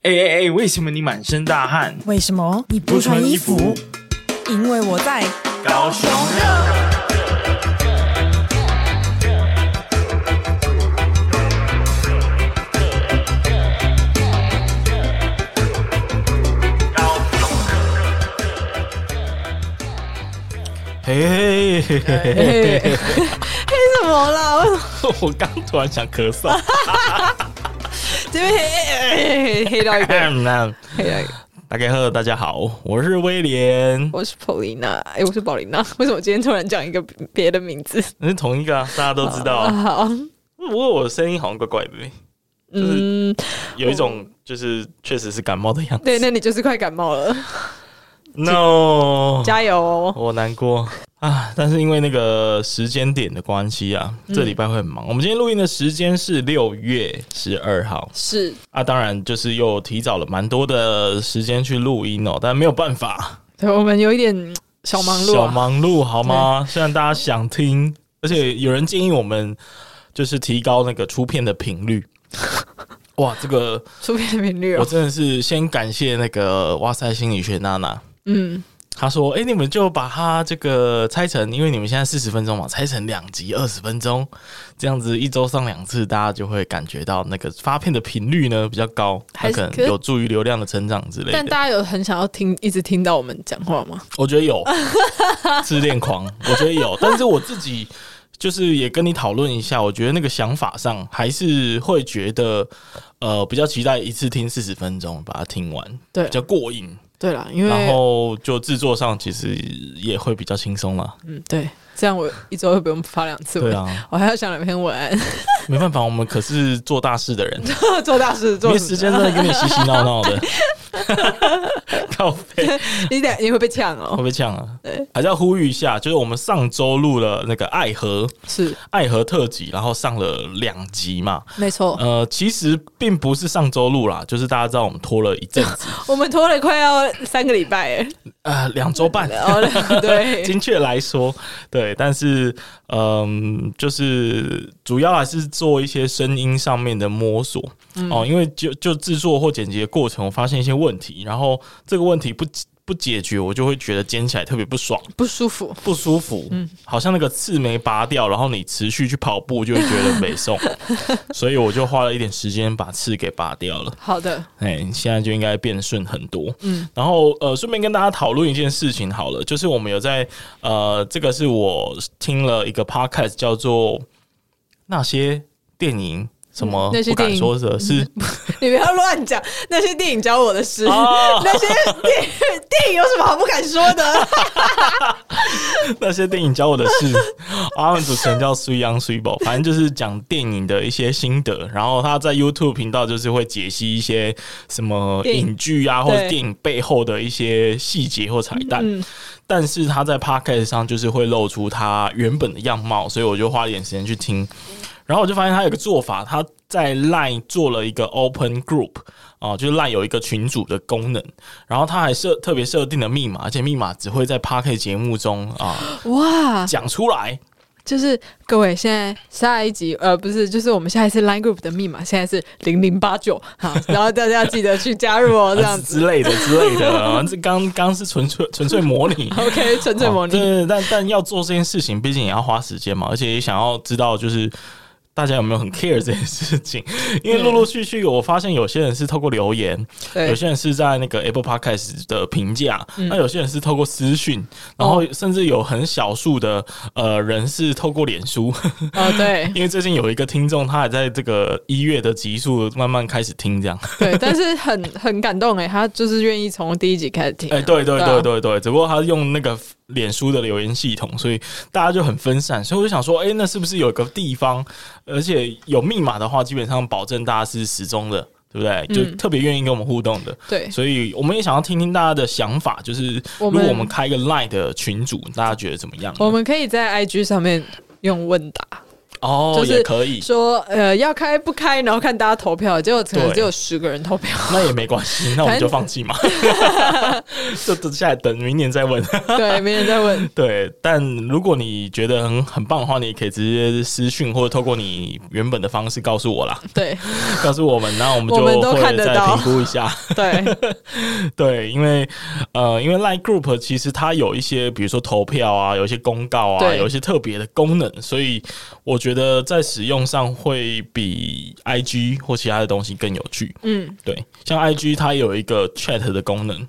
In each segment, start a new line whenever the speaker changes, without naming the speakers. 哎哎哎，为什么你满身大汗？
为什么你不穿衣服？因为我 在。
高雄嘿嘿嘿嘿嘿，
嘿， 嘿什么啦？为什么
我刚突然想咳 嗽。
这边黑黑黑到一个，黑到一个？
大家好，大家好，我是威廉，
我是 Polina，哎、我是宝琳娜。 为什么今天突然讲一个别的名字？
那是同一个啊，大家都知道啊。
好，
不过我声音好像怪怪的，就是
嗯，
有一种就是确实是感冒的样子。
对，那你就是快感冒了，
No，
加油哦！
我难过啊！但是因为那个时间点的关系啊，
嗯
这礼拜会很忙。我们今天录音的时间是六月十二号
是，
啊，当然就是又提早了蛮多的时间去录音哦，但没有办法，
对，我们有一点小忙碌、
小
啊，
忙碌好吗？虽然大家想听，而且有人建议我们就是提高那个出片的频 率。哇，这个
出片频率
我
哦。
真的是先感谢那个哇塞心理学娜娜，
嗯，
他说：“哎、你们就把它这个拆成，因为你们现在四十分钟嘛，拆成两集二十分钟，这样子一周上两次，大家就会感觉到那个发片的频率呢比较高，它
还是
可
可
能
是
有助于流量的成长之类
但
的。
大家有很想要听，一直听到我们讲话吗？
我觉得有 自恋狂，我觉得有，但是我自己就是也跟你讨论一下，我觉得那个想法上还是会觉得，呃，比较期待一次听四十分钟把它听完，
对
比较过瘾，
对啦，因为
然后就制作上其实也会比较轻松了。
嗯，对，这样我一周又不用发两次文，
对啊。”
我还要想两篇文 案，
没办法，我们可是做大事的人，
做大事， 做
没
什么
时间在跟你嬉嬉闹闹 的。靠背
你等下你会被呛
会
哦
不。会呛啊
对？
还是要呼吁一下，就是我们上周录了那个爱河
是，
爱河特辑，然后上了两集嘛。
没错，
呃，其实并不是上周录啦，就是大家知道我们拖了一阵子，
我们拖了快要三个礼拜哎，
呃，两周半。
然后呢对，
精确来说，对，但是嗯，就是主要还是做一些声音上面的摸索、哦，因为就就制作或剪辑的过程，我发现一些问题，然后这个问题不不解决，我就会觉得剪起来特别不爽、
不舒服，
不舒服，好像那个刺没拔掉，然后你持续去跑步就会觉得没送，所以我就花了一点时间把刺给拔掉了。
好的，
哎、现在就应该变顺很多。嗯，然后呃，顺便跟大家讨论一件事情好了，就是我们有在呃，这个是我听了一个 podcast 叫做《那些电影》，什么
嗯那些
不敢
电影
说的是
你不要乱讲那些电影教我的事，
哦，
那些电电影有什么好不敢说的？
那些电影教我的事。 啊他们主持人叫苏央苏宝，反正就是讲电影的一些心得。然后他在 YouTube 频道就是会解析一些什么
电影
影剧啊，或者
对
电影背后的一些细节或彩蛋。但是他在 Podcast 上就是会露出他原本的样貌，所以我就花了一点时间去听。然后我就发现他有个做法，他在 Line 做了一个 Open Group 啊，就是 Line 有一个群组的功能，然后他还设特别设定了密码，而且密码只会在 p a r k 节目中啊
哇，
讲出来。
就是各位现在下一集呃不是，就是我们下一次 Line Group 的密码现在是零零八九，好，然后大家记得去加入 哦，这样子
呃之类的之类的，啊这刚刚是纯粹纯粹模拟，
，OK，纯 粹模
哦对
拟，
对对但但要做这件事情，毕竟也要花时间嘛，而且也想要知道就是。大家有没有很 care 这件事情？因为陆陆续续，我发现有些人是透过留言，有
嗯对，嗯
些人是在那个 Apple Podcast 的评价，那有些人是透过私讯，
哦
然后甚至有很少数的呃人是透过脸书，
哦对。
因为最近有一个听众，他还在这个一月的集数慢慢开始听这样。
对，但是很很感动哎，他就是愿意从第一集开始听啊。
哎、对对
啊
对对对，只不过他用那个脸书的留言系统，所以大家就很分散，所以我就想说，哎、那是不是有一个地方，而且有密码的话，基本上保证大家是始终的，对不对？就特别愿意跟我们互动的。
嗯对，
所以我们也想要听听大家的想法，就是
我
如
们
果我们开一个 Line 的群组，大家觉得怎么样呢？
我们可以在 IG 上面用问答，
哦，
就是
也可以，
说呃要开不开，然后看大家投票，结果可能
对
只有十个人投票，
那也没关系，那我们就放弃嘛， 就等下来等明年再问。
对，没人在问。
对，但如果你觉得很很棒的话，你也可以直接私讯或者透过你原本的方式告诉我啦，
对
告诉我们，那我们就
我们都看
会
得
再
到
评估一下。
对，
对，因为呃，因为 Line Group 其实它有一些，比如说投票啊，有一些公告啊，
对
有一些特别的功能，所以我觉得在使用上会比 IG 或其他的东西更有趣。
嗯，
对，像 IG 它有一个 Chat 的功能，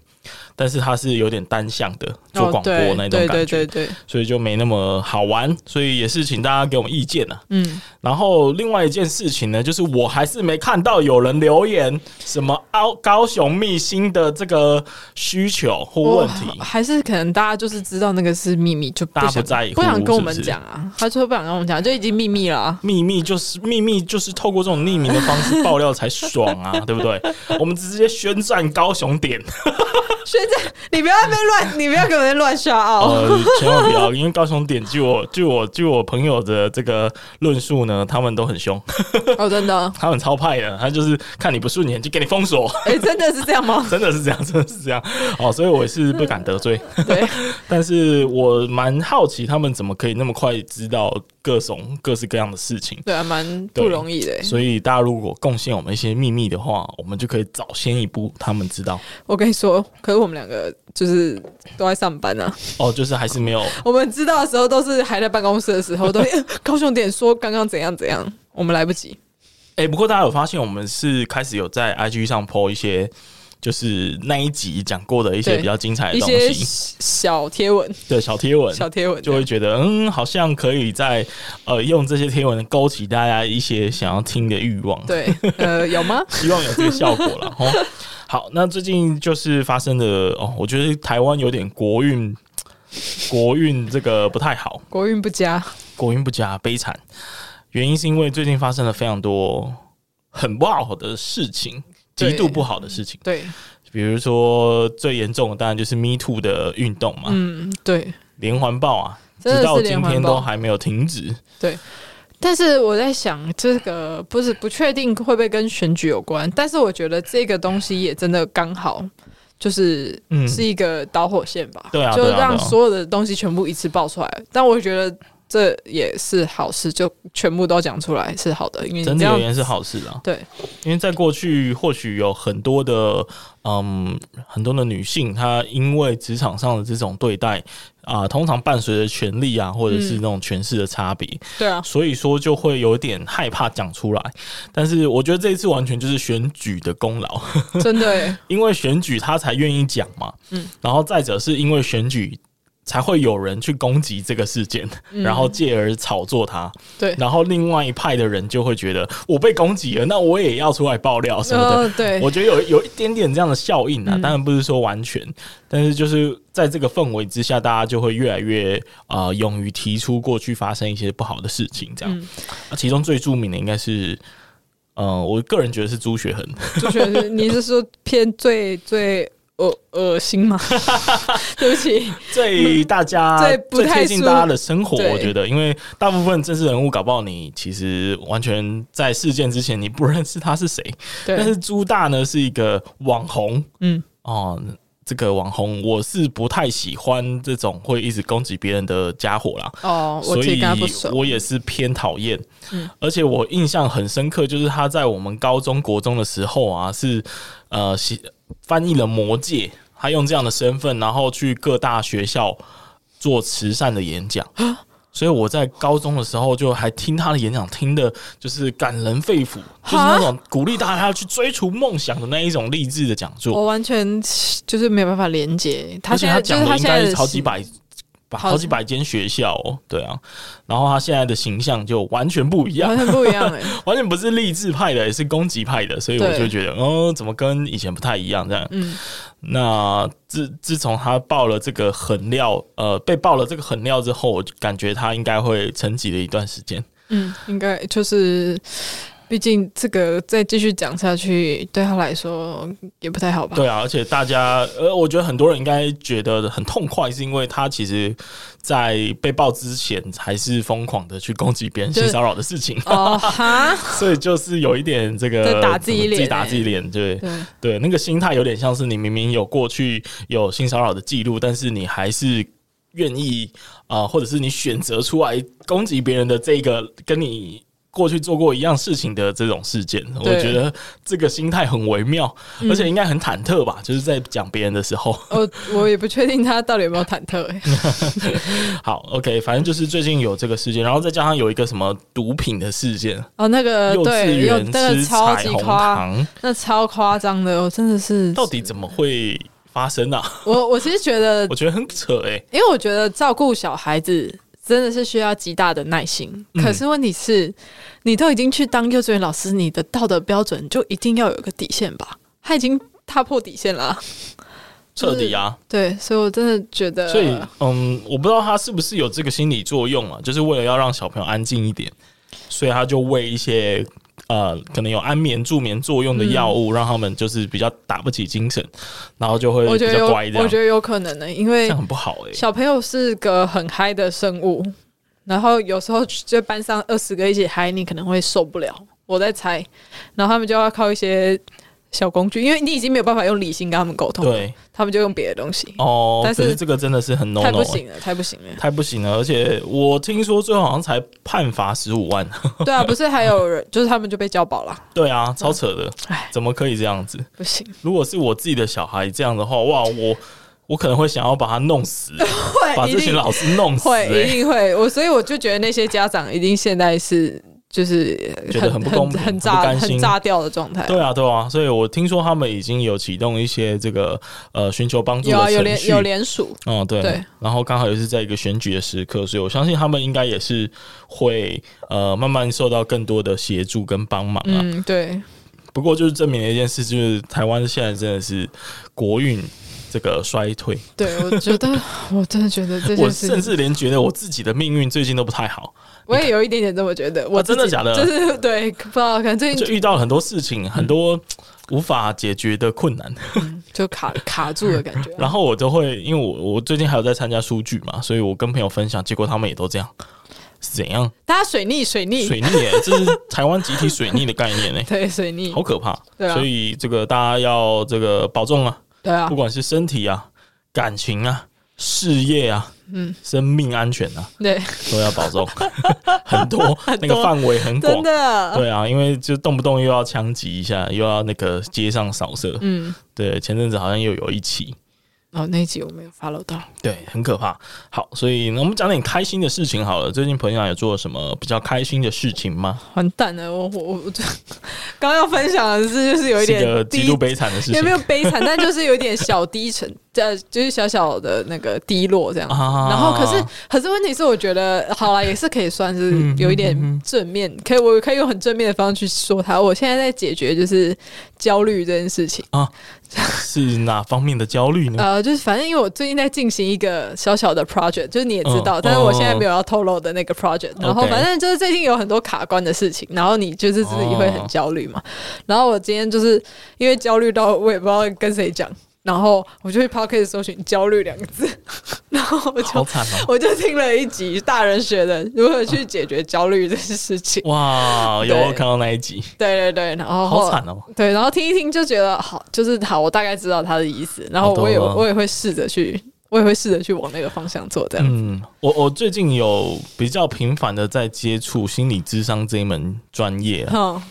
但是它是有点单向的，做
哦，
广播
对
那种感觉，
对对对对，
所以就没那么好玩。所以也是请大家给我们意见啊。
嗯，
然后另外一件事情呢，就是我还是没看到有人留言什么高高雄密星的这个需求或问题
我。还是可能大家就是知道那个是秘密，就不
大家
想
不在乎
不想跟我们
是不是
讲啊，他说不想跟我们讲，就已经秘密了啊。
秘密就是秘密，就是透过这种匿名的方式爆料才爽 啊，对不对？我们直接宣战高雄点，
学长， 你不要在那边乱，你不要给我们乱刷哦。
呃，千万不要，因为高雄点，据我据我据我朋友的这个论述呢，他们都很凶，
哦，真的，
他们超派的，他就是看你不顺眼就给你封锁，
哎、真的是这样 吗？
真的是这样，真的是这样。哦，所以我也是不敢得罪，
对，
但是我蛮好奇他们怎么可以那么快知道各种各式各样的事情。
对啊，蛮不容易的欸。
所以大家如果贡献我们一些秘密的话，我们就可以早先一步他们知道。
我跟你说，可是我们两个就是都在上班啊。
哦，就是还是没有
我们知道的时候都是还在办公室的时候，都、呃高雄点说刚刚怎样怎样，我们来不及。
哎、不过大家有发现，我们是开始有在 IG 上 po 一些，就是那一集讲过的一些
对
比较精彩的
一
东
些
西，
小贴文，
对小贴文，
小贴文
就会觉得嗯，好像可以在呃用这些贴文勾起大家一些想要听的欲望，，
对，呃，有吗？
希望有这个效果 了。哦，好，那最近就是发生的哦，我觉得台湾有点国运，国运这个不太好，
国运不佳，
国运不佳，悲惨。原因是因为最近发生了非常多很不好的事情，
对
极度不好的事情。
对，
比如说最严重的当然就是 Me Too 的运动嘛，
嗯，对，
连环报啊，
真
直
的
到
是
今
连环
天都
报。
还没有停止。
但是我在想，这个不是不确定会不会跟选举有关，但是我觉得这个东西也真的刚好。就是
嗯
是一个导火线吧，
对啊
就
对啊
让
对啊
所有的东西全部一次爆出来。但我觉得这也是好事，就全部都讲出来是好的，因为你
整
这
体
样
而言是好事啊，
对
因为在过去或许有很多的嗯很多的女性，她因为职场上的这种对待啊、通常伴随着权力啊，或者是那种权势的差别，
对啊，
所以说就会有点害怕讲出来。但是我觉得这一次完全就是选举的功劳，
真的欸、
因为选举他才愿意讲嘛。嗯，然后再者是因为选举。才会有人去攻击这个事件，然后借而炒作它，
嗯对，
然后另外一派的人就会觉得我被攻击了，那我也要出来爆料什么的。
呃，对，
我觉得有有一点点这样的效应
嗯
啊，当然不是说完全，但是就是在这个氛围之下，大家就会越来越呃勇于提出过去发生一些不好的事情，
嗯
这样。啊其中最著名的应该是，呃，我个人觉得是朱学 恒，
朱学是你是说偏最最恶恶心 吗？对不起，
最大家
最不
最
太
贴近
舒
大家的生活，
对
我觉得，因为大部分政治人物搞不好你其实完全在事件之前你不认识他是谁，但
对
是朱大呢是一个网红，
嗯，
哦，这个网红我是不太喜欢这种会一直攻击别人的家伙啦，
哦，我
所
自己
以
跟他不熟，
我也是偏讨厌。
嗯
而且我印象很深刻，就是他在我们高中国中的时候啊，是呃写翻译了《魔戒》，他用这样的身份，然后去各大学校做慈善的演讲。
啊
所以我在高中的时候就还听他的演讲，听的就是感人肺腑，就是那种鼓励大家去追逐梦想的那一种励志的讲座。
我完全就是没有办法连接。他
而且
现在就
讲
是
的
他
应
现在
该
的
是好几
形，
百。把
好
好几百间学校哦，对啊，然后他现在的形象就完全不一样
完，全不一样哎、
完全不是励志派的，也是攻击派的，所以我
对
就觉得，哦，怎么跟以前不太一样这样？
嗯，
那自自从他爆了这个狠料，呃，被爆了这个狠料之后，我就感觉他应该会沉寂了一段时间。
嗯，应该就是毕竟这个再继续讲下去，对他来说也不太好吧？
对啊，而且大家，呃，我觉得很多人应该觉得很痛快，是因为他其实，在被爆之前还是疯狂的去攻击别人
就
性骚扰的事情，
哦哈，
所以就是有一点这个
在打自己
怎么自己
脸
打
欸
自己脸，对
对，
对，那个心态有点像是你明明有过去有性骚扰的记录，但是你还是。愿意啊、呃或者是你选择出来攻击别人的这个跟你过去做过一样事情的这种事件，我
对嗯
觉得这个心态很微妙，而且应该很忐忑吧，就是在讲别人的时候。
我我也不确定他到底有没有忐忑、欸。
好，OK，反正就是最近有这个事件，然后再加上有一个什么毒品的事件，
哦，那个
幼稚
对，又
园
那个
吃
超
彩
级
虹
夸，
糖，
那超夸张的，我真的是
到底怎么会发生啊？
我我其实觉得
我觉得很扯哎、
因为我觉得照顾小孩子真的是需要极大的耐心。
嗯
可是问题是，你都已经去当幼稚园老师，你的道德标准就一定要有一个底线吧？他已经踏破底线了啊，
彻底啊！
对，所以我真的觉得，
所以，嗯，我不知道他是不是有这个心理作用啊，就是为了要让小朋友安静一点，所以他就喂一些呃，可能有安眠助眠作用的药物，
嗯
让他们就是比较打不起精神，然后就会
我
比
觉得有
较乖这，
我
样。
觉得有可能呢、因
这
为
样很不好哎、
小朋友是个很嗨的生物，然后有时候就班上二十个一起嗨，你可能会受不了。我在猜，然后他们就要靠一些小工具，因为你已经没有办法用理性跟他们沟通，，
对
他们就用别的东西。
哦，
但是
可是这个真的是很 no
太
no，
不
欸、。
行了，太不行了
太不行了，而且我听说最后好像才判罚十五万，
对啊，不是还有人，就是他们就被交保了，
对啊，超扯的，
唉
怎么可以这样子？
不行。
如果是我自己的小孩这样的话，哇，我我可能会想要把他弄 死，把
会，一
这群
定
老师弄死、
会，一
欸。
定会。我所以我就觉得那些家长一定现在是就是
觉得
很
很不公平
很
很不
炸、
甘心
很炸掉的状态。
对啊，对啊，所以我听说他们已经有启动一些这个呃寻求帮助
有
的
啊，有
程
联
序，
有联署，
嗯，对，
对
然后刚好也是在一个选举的时刻，所以我相信他们应该也是会呃慢慢受到更多的协助跟帮忙啊。
嗯，对，
不过就是证明了一件事，就是台湾现在真的是国运这个衰退，
对，我觉得 我真的觉得这
我甚
件事情，
至连觉得我自己的命运最近都不太好，
我也有一点点这么觉得。我
啊真的
自己
假的
就是对，不知道，可能 最
就
近
遇到了很多事情，很多无法解决的困难。
嗯就卡卡住 的感觉啊。
然后我都会，因为我我最近还有在参加书剧嘛，所以我跟朋友分享，结果他们也都这样，是怎 样？
大家水逆，水逆，
水逆耶、这是台湾集体水逆的概念哎、
对，水逆
好，可怕。
对啊
所以这个大家要这个保重啊，
对啊
不，管是身体啊、感情啊、事业啊、
嗯，
生命安全啊，
对，
都要保 重。很多那个范围很
真
广。
的，
对啊，因为就动不动又要枪击一下，又要那个街上扫射。
嗯。
对，前阵子好像又有一起，
哦，那一集我没有 follow 到。
对，很可怕。好，所以呢我们讲点开心的事情好了。最近朋友有做什么比较开心的事情吗？
完蛋了，我我我我就刚要分享的是，就是有一
是一个
点
极度
低，
悲惨的事
也
情
没有悲惨，但就是有一点小低沉，呃，就是小小的那个低落这样。
啊
然后可是可是问题是，我觉得好了，也是可以算是
嗯
有一点正面，可以我可以用很正面的方式去说它。我现在在解决就是焦虑这件事情。
是哪方面的焦虑呢？
呃，就是反正因为我最近在进行一个小小的 project，就是你也知道，
嗯
但是我现在没有要透露的那个 project、然后
OK
反正就是最近有很多卡关的事情，然后你就是自己会很焦虑
哦
嘛。然后我今天就是因为焦虑到我也不知道跟谁讲，然后我就去 Pocket 搜寻“焦虑”两个字， 然后我
好
就
惨哦！
我就听了一集大人学的如何去解决焦虑这件事情。
哇，有
对
我看到那一集，
对对对，然后
好惨哦！
对，然后听一听就觉得好，就是好，我大概知道他的意思，然后
我懂
我也
了
我也会试着去，我也会试着去往那个方向做这样。
嗯，我我最近有比较频繁的在接触心理智商这一门专业啊，
嗯，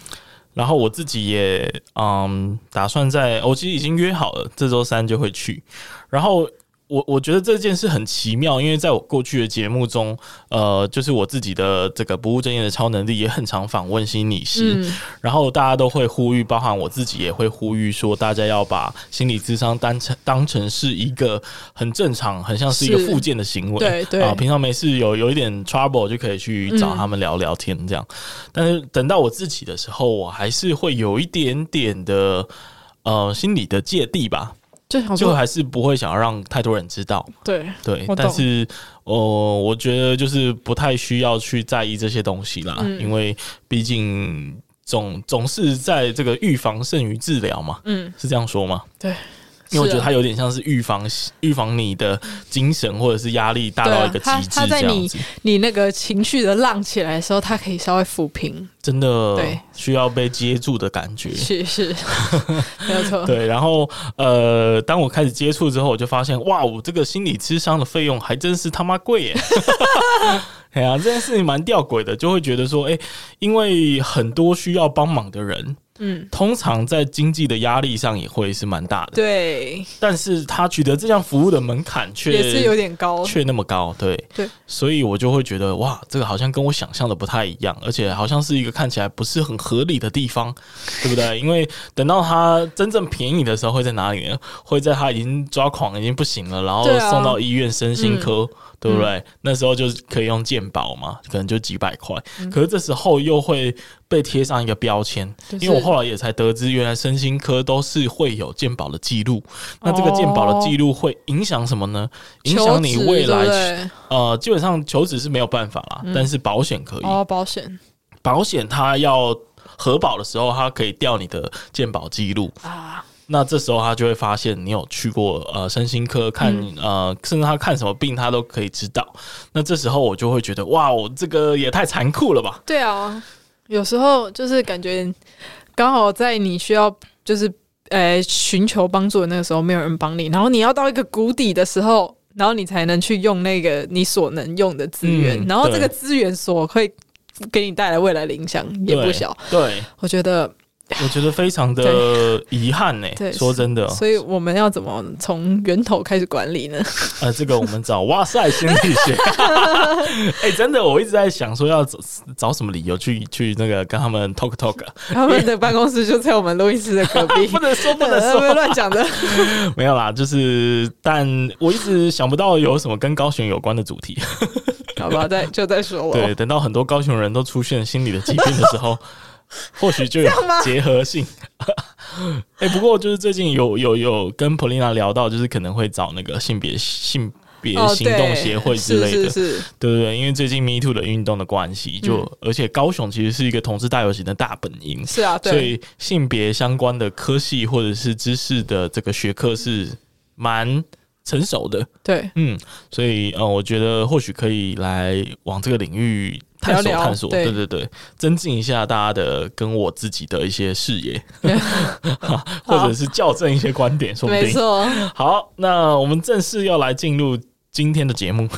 然后我自己也嗯，打算在我其实已经约好了，这周三就会去。然后我我觉得这件事很奇妙，因为在我过去的节目中，呃，就是我自己的这个不务正业的超能力也很常访问心理师，
嗯
然后大家都会呼吁，包含我自己也会呼吁说，大家要把心理智商当成当成是一个很正常，很像是一个
是
附件的行为。
对对
啊，平常没事有有一点 trouble 就可以去找他们聊聊天这样。但是等到我自己的时候，我还是会有一点点的呃心理的芥蒂吧，
就想
就
说，
还是不会想要让太多人知道。
对
对
我，
但
懂
是呃，我觉得就是不太需要去在意这些东西啦，
嗯
因为毕竟总总是在这个预防胜于治疗嘛，
嗯，
是这样说吗？
对，
因为我觉得
是啊
它有点像是预防预防你的精神或者是压力大到一个极
对啊
致
它它在
这样
你
子，
你那个情绪的浪起来的时候，它可以稍微抚平，
真的
对
需要被接住的感觉。
是是，没有错，
对，然后呃，当我开始接触之后，我就发现，哇，我这个心理智商的费用还真是他妈贵耶！ 哎呀、这件事情蛮吊诡的，就会觉得说，哎、因为很多需要帮忙的人，
嗯，
通常在经济的压力上也会是蛮大的，
对，
但是他取得这项服务的门槛却
也是有点高，
却那么高，对
对，
所以我就会觉得哇，这个好像跟我想象的不太一样，而且好像是一个看起来不是很合理的地方，对不 对？因为等到它真正便宜的时候会在哪里呢？会在它已经抓狂、已经不行了，然后
对啊嗯
送到医院身心科，对不对？那时候就是可以用健保嘛，可能就几百块，
嗯
可是这时候又会被贴上一个标签，
就是
因为我后来也才得知，原来身心科都是会有健保的记录。那这个健保的
哦
记录会影响什么呢？影响你
求职
未来
对不对嗯
呃，基本上求职是没有办法啦，但是保险可以。
哦，保险
保险它要核保的时候，它可以调你的健保记录。
啊，
那这时候他就会发现你有去过呃身心科看、
嗯
呃，甚至他看什么病他都可以知道。那这时候我就会觉得哇，我这个也太残酷了吧？
对啊，有时候就是感觉刚好在你需要就是呃寻求帮助的那个时候，没有人帮你，然后你要到一个谷底的时候，然后你才能去用那个你所能用的资源，
嗯
然后这
对
个资源所会给你带来未来的影响也不
对
小。。
对，
我觉得，
我觉得非常的遗憾呢、
对
说真的，哦
所以我们要怎么从源头开始管 理呢？
呃，这个我们找哇塞心理学。哎、真的，我一直在想说要找找什么理由去去那个跟他们 talk talk，、啊、，
他们的办公室就在我们录音室的隔壁
不能 说不能
呃
说
不能乱讲的。
没有啦，就是但我一直想不到有什么跟高雄有关的主题。
好吧，再就再说了。
对，等到很多高雄人都出现心理的疾病的时候，或许就有结合性。 哎、不过就是最近有有有跟 Polina 聊到，就是可能会找那个性别性别
哦，
行动
对
协会之类的，
是是是，
对对对，因为最近 Me Too 的运动的关系，就、而且高雄其实是一个同志大游行的大本营，
嗯是啊，
所
对，
以性别相关的科系或者是知识的这个学科是蛮成熟的，
对，
嗯，所以呃，我觉得或许可以来往这个领域探索
聊聊
探索，
哦对
对对对，增进一下大家的跟我自己的一些视 野， 或者是校正一些观点，说不
没
定。
错。
好，那我们正式要来进入今天的节目，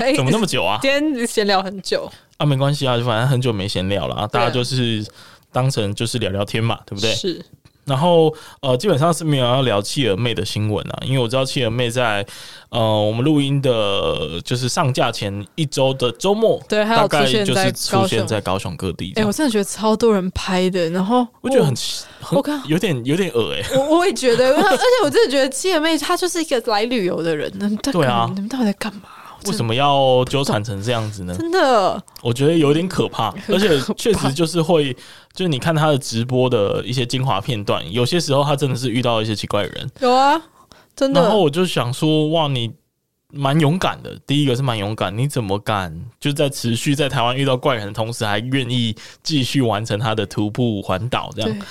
哎
怎么那么久啊？
今天闲聊很久，
啊，没关系啊，就反正很久没闲聊了啊，大
对啊
家就是当成就是聊聊天嘛，对不对？
是
然后呃，基本上是没有要聊企鹅妹的新闻啊，因为我知道企鹅妹在呃我们录音的，就是上架前一周的周末，
对还有
大概
出现
就
在
是
高
出现
雄
在高雄各地这
哎、
样。
我真的觉得超多人拍的，然后
我觉得很很
我看
有点有点恶哎、 欸，
我我也觉 得，而且我真的觉得七姐妹她就是一个来旅游的人，你们
对啊
你们到底在干嘛？
为什
么？
么要纠缠成这样子呢？
真的，
我觉得有点可怕，
很
而且
可怕
确实就是会，就是你看他的直播的一些精华片段，有些时候他真的是遇到一些奇怪的人，
有啊，真
然后
的，
我就想说，哇，你蛮勇敢的。第一个是蛮勇敢，你怎么敢就在持续在台湾遇到怪人的同时，还愿意继续完成他的徒步环岛？这
对
样，，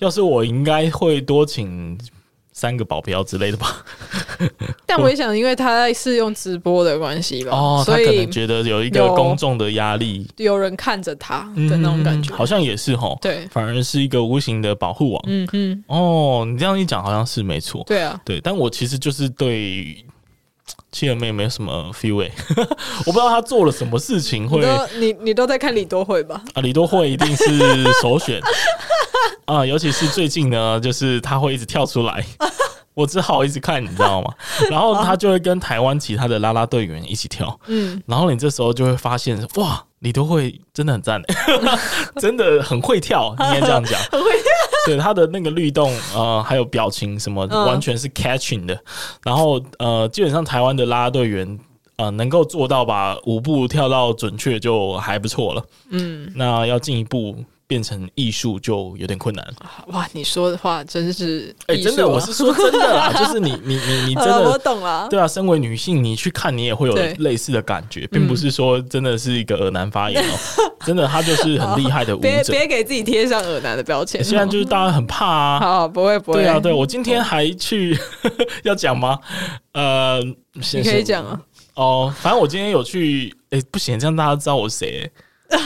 要是我应该会多请三个保镖之类的吧。
但我也想，因为她是用直播的关系吧，
哦，他
所
可
以
能觉得有一个
有
公众的压力
有人看着她的那种感觉，
嗯好像也是吼，
对，
反而是一个无形的保护网。
嗯嗯，
哦，你这样一讲好像是没错。
对啊，
对，但我其实就是对七人妹没有什么 feel 欸 我不知道她做了什么事情
你
会
都你你都在看李多慧吧？
啊，李多慧一定是首选 啊，尤其是最近呢，就是她会一直跳出来。我只好一直看，你知道 吗？然后她就会跟台湾其他的啦啦队员一起跳，
嗯，
然后你这时候就会发现，哇，李多慧真的很赞 欸，真的很会跳，应该这样讲。
很会
对他的那个律动，呃，还有表情什么，
嗯
完全是 catching 的。然后呃，基本上台湾的啦啦队员，呃，能够做到把舞步跳到准确就还不错了。
嗯，
那要进一步变成艺术就有点困难。
哇，你说的话真是
哎、
艺术啊，
真的，我是说真的啦，就是你你你你真
好了我
的。
懂了。
对啊，身为女性，你去看你也会有
对
类似的感觉，并不是说真的是一个耳男发言哦、真的他就是很厉害的舞
别
者。
别给自己贴上耳男的标签。
现在就是大家很怕啊，
好，不会不会，
对啊，对，我今天还去要讲吗？呃，
你
你
可以讲啊。
哦。反正我今天有去，哎、不行，这样大家知道我是谁、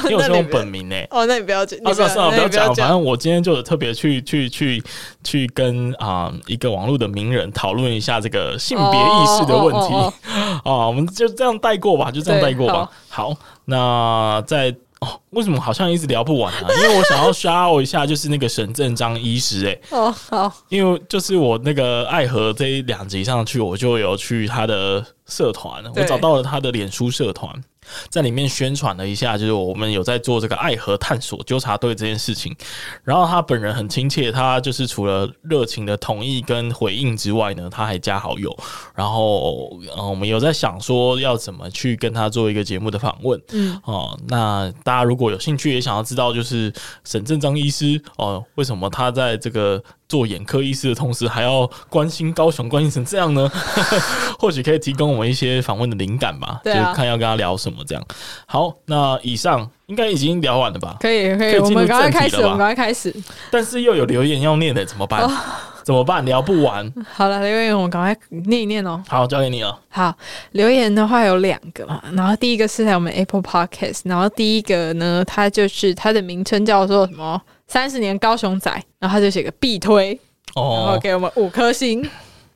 因为我是
那你
用
不要
本名哎、
哦，那你不要讲，
啊，
你
算了算了，不
那
要
你不
讲
要
了。反正我今天就有特别去去去去跟啊、一个网络的名人讨论一下这个性别意识的问题
哦哦哦
啊，我们就这样带过吧，就这样带过吧。好，那在哦，为什么好像一直聊不完啊？因 为我想要 shout 一下，就是那个沈正章医师哎、
哦，好，
因为就是我那个爱河这一两集上去，我就有去他的社团，我
对
找到了他的脸书社团，在里面宣传了一下，就是我们有在做这个爱河探索纠察队这件事情。然后他本人很亲切，他就是除了热情的同意跟回应之外呢，他还加好友。然后，呃，我们有在想说要怎么去跟他做一个节目的访问。
嗯，
哦，那大家如果有兴趣，也想要知道，就是沈正章医师哦，为什么他在这个做眼科医师的同时，还要关心高雄，关心成这样 呢？或许可以提供我们一些访问的灵感吧，
对啊
就是看要跟他聊什么这样。好，那以上应该已经聊完了吧？
可以可
可以进
以，
入
我们赶快开始，
正题了吧
我们赶快开始。
但是又有留言要念的，怎么办？
哦
怎么办？聊不完。
好了，刘言，我们赶快念一念哦。
好，交给你了。
好，留言的话有两个嘛，然后第一个是在我们 Apple Podcast，然后第一个呢，它就是它的名称叫做什么？三十年高雄仔，然后他就写个必推，然后
哦，
给我们五颗星，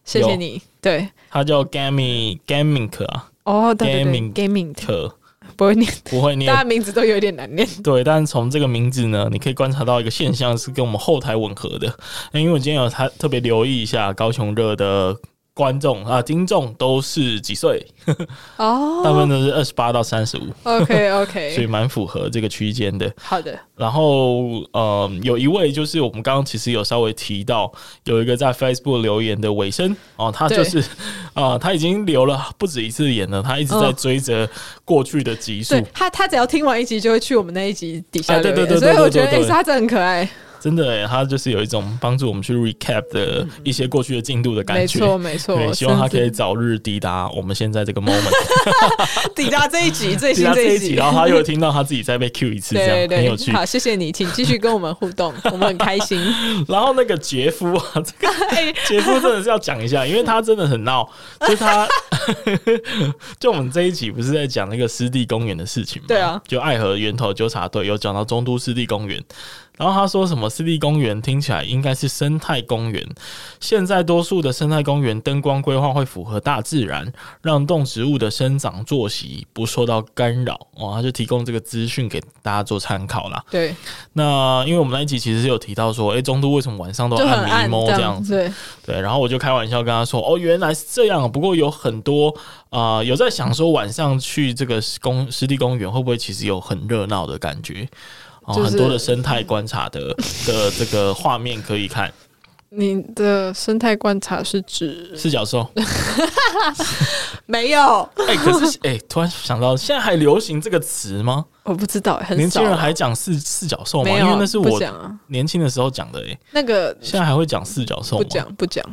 谢谢你。对，
他叫 Gaming Gaming 啊，
哦，对对对
Gaming
，gaming
可
不会念，
不会念
大家名字都有点难念。
对，但是从这个名字呢，你可以观察到一个现象是跟我们后台吻合的。因为我今天有他特别留意一下高雄热的观众啊，听众都是几岁？ 大部
哦
分都是二十八到三十五，
，OK
所以
OK，
蛮符合这个区间的。
好的，
然后，呃，有一位就是我们刚刚其实有稍微提到，有一个在 Facebook 留言的尾声哦，他就
对
是 啊、他已经留了不止一次言了，他一直在
嗯
追着过去的集数。
对他，他只要听完一集就会去我们那一集底下
啊对
留言，
对对
所以
对
我
对
觉得
对
哎、他真的很可爱，
真的耶，他就是有一种帮助我们去 recap 的一些过去的进度的感
没
觉。
错没错
对，，希望他可以
甚
早日抵达我们现在这个 moment，
至抵达这 一集最
抵
新
达
这
这一集，然后他又听到他自己再被 Q 一次，这样
对对
很有趣
对，。好，谢谢你，请继续跟我们互 动，我们很开心。
然后那个杰夫啊， 这个
哎，
杰夫真的是要讲一下，因为他真的很 闹，就是他， 就我们这一集不是在讲那个湿地公园的事情吗？
对啊，
就爱河源头纠察队有讲到中都湿地公园，然后他说什么湿地公园听起来应该是生态公园，现在多数的生态公园灯光规划会符合大自然，让动植物的生长作息不受到干扰哦，他就提供这个资讯给大家做参考啦。
对，那
那因为我们那一集其实是有提到说，诶，中都为什么晚上都
就很
迷
暗
蒙这样
样
子？
子，对，
对，然后我就开玩笑跟他说：“哦，原来是这样。不过有很多啊、呃有在想说晚上去这个公湿地公园会不会其实有很热闹的感觉？哦，
就是
很多的生态观察 的的这个画面可以看。
你的生态观察是指
四角兽，
没有？
哎、可是哎、突然想到，现在还流行这个词吗？
我不知道，很
年轻
少
人
啊。
还讲四四角兽吗？
没
因
有
为
啊，
那是
不
我
讲啊，
年轻的时候讲的、哎，
那个
现在还会讲四角兽
不
吗？
讲不讲，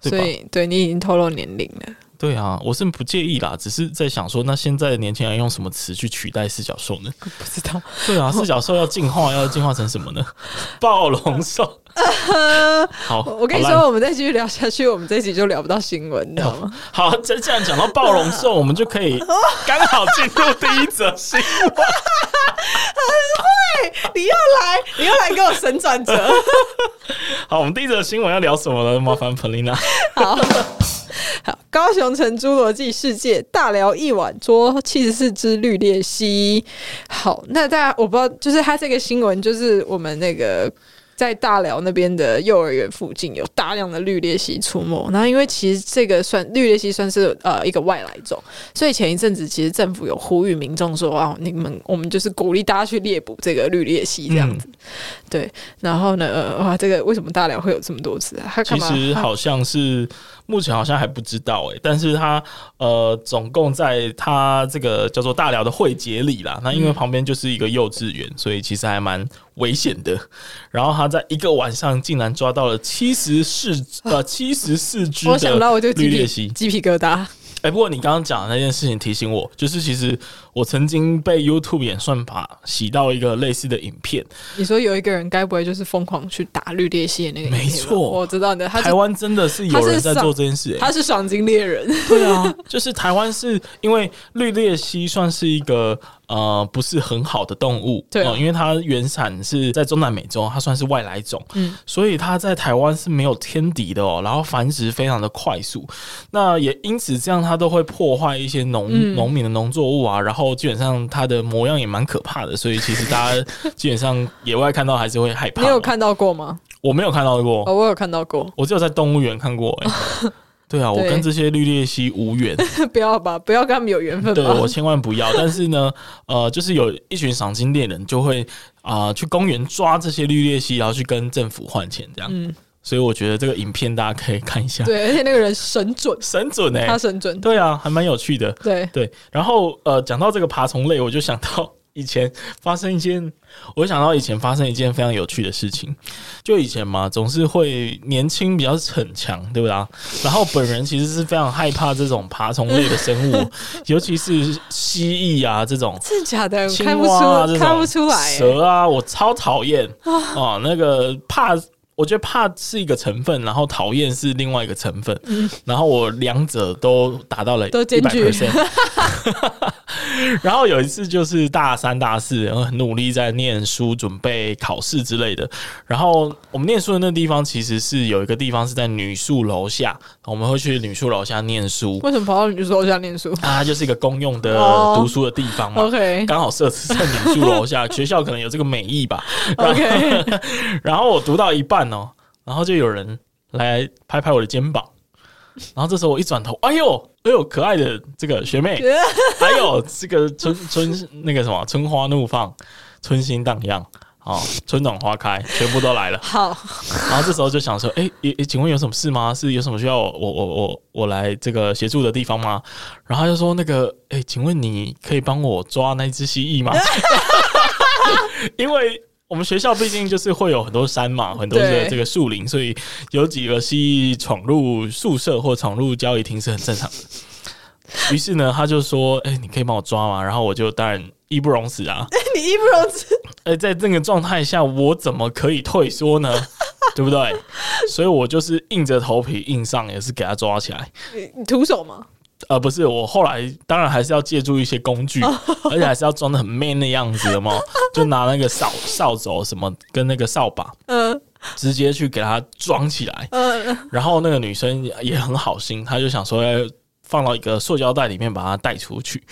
对吧
所以对你已经透露年龄了。
对啊，我是不介意啦，只是在想说，那现在的年轻人用什么词去取代四角兽 呢？
不知道，
对啊，四角兽要进 化，要进化成什么呢？暴龙兽。好，
呃我跟你
好烂
说，，我们再继续聊下去，我们这一集就聊不到新闻，你知道吗？
好，这既然讲到暴龙兽，我们就可以刚好进入第一则新闻。
你又来，你又来给我神转折。
好，我们第一则新闻要聊什么呢？麻烦彭 琳娜。
好，好，高雄城侏罗纪世界大聊一碗捉七十四只绿鬣蜥。好，那大家我不知道，就是它这个新闻，就是我们那个。在大寮那边的幼儿园附近有大量的绿鬣蜥出没，然后因为其实这个算绿鬣蜥算是呃一个外来种，所以前一阵子其实政府有呼吁民众说啊，你们我们就是鼓励大家去猎捕这个绿鬣蜥这
嗯
样子。对，然后呢，呃哇，这个为什么大寮会有这么多只啊？它干
其
嘛？
实
它
好像是目前好像还不知道诶、但是他呃，总共在他这个叫做大寮的会节里啦，那因为旁边就是一个幼稚园，所以其实还蛮危险的。然后他在一个晚上竟然抓到了七十四呃七十四只
我想到我就
的
鸡
绿鬣
皮
蜥。
鸡皮疙瘩。
哎、不过你刚刚讲的那件事情提醒我，就是其实我曾经被 YouTube 演算法洗到一个类似的影片，
你说有一个人该不会就是疯狂去打绿鬣蜥的那个影片
没
吧？
错
我知道你的，他
台
是
湾真的是有人在做这件事、欸。
他是赏金猎人，
对啊，就是台湾是因为绿鬣蜥算是一个呃不是很好的动物，
对啊
呃因为它原产是在中南美洲，它算是外来种，
嗯
所以它在台湾是没有天敌的哦，然后繁殖非常的快速，那也因此这样它都会破坏一些农
嗯
农、民的农作物啊，然后基本上它的模样也蛮可怕的，所以其实大 家基本上野外看到还是会害怕。
你有？看到过吗？
我没有看到过，
哦，我有看到过，
我只有在动物园看过、欸。对啊，我
对
跟这些绿鬣蜥无缘。
不要吧，不要跟他们有缘 分
对
吧。
我千万不要。但是呢，呃，就是有一群赏金猎人就会啊、去公园抓这些绿鬣蜥，然后去跟政府换钱这样。
嗯
所以我觉得这个影片大家可以看一下，
对，而且那个人神准，
神准哎、
他神准，
对啊，还蛮有趣的。
对，
对，然后呃，讲到这个爬虫类，我就想到 以前发生一件，我想到以前发生一件非常有趣的事情。就以前嘛，总是会年轻比较逞强，对不对啊？然后本人其实是非常害怕这种爬虫类的生物，尤其是蜥蜴啊这种。
真的假的？我
青
看不出，
蛙啊这种
看不出来、啊欸。
蛇啊，我超讨厌哦，那个怕。我觉得怕是一个成分，然后讨厌是另外一个成分，然后我两者都达到了
嗯都
一
兼
百
具
然后有一次就是大三、大四，然后很努力在念书、准备考试之类的。然后我们念书的那地方其实是有一个地方是在女宿楼下，我们会去女宿楼下念书，啊
为什么跑到女宿楼下念书、
它就是一个公用的
哦
读书的地方嘛
o。k
刚好设置在女宿楼下，学校可能有这个美意吧。
OK，
然后我读到一半哦，然后就有人来拍拍我的肩膀，然后这时候我一转头，哎呦，哎呦，可爱的这个学妹，还有这个春春那个什么春花怒放，春心荡漾。哦，春暖花开，全部都来了。
好，
然后这时候就想说，哎、也也请问有什么事吗？是有什么需要我我我我我来这个协助的地方吗？然后他就说，那个，哎、请问你可以帮我抓那只蜥蜴吗？ 因为我们学校毕竟就是会有很多山嘛，很多的
对
这个树林，所以有几个蜥蜴闯入宿舍或闯入交易厅是很正常的。于是呢，他就说：“哎、你可以帮我抓吗？”然后我就当然义不容辞啊，
你义不容辞。
哎、在这个状态下，我怎么可以退缩呢？对不对？所以我就是硬着头皮硬上，也是给他抓起来。
你你徒手吗？
呃，不是，我后来当然还是要借助一些工具，而且还是要装的很 man 的样子，有没有？就拿那个扫扫帚什么跟那个扫把，
嗯
直接去给他装起来。
嗯，
然后那个女生也很好心，她就想说哎要放到一个塑胶袋里面把它带出去。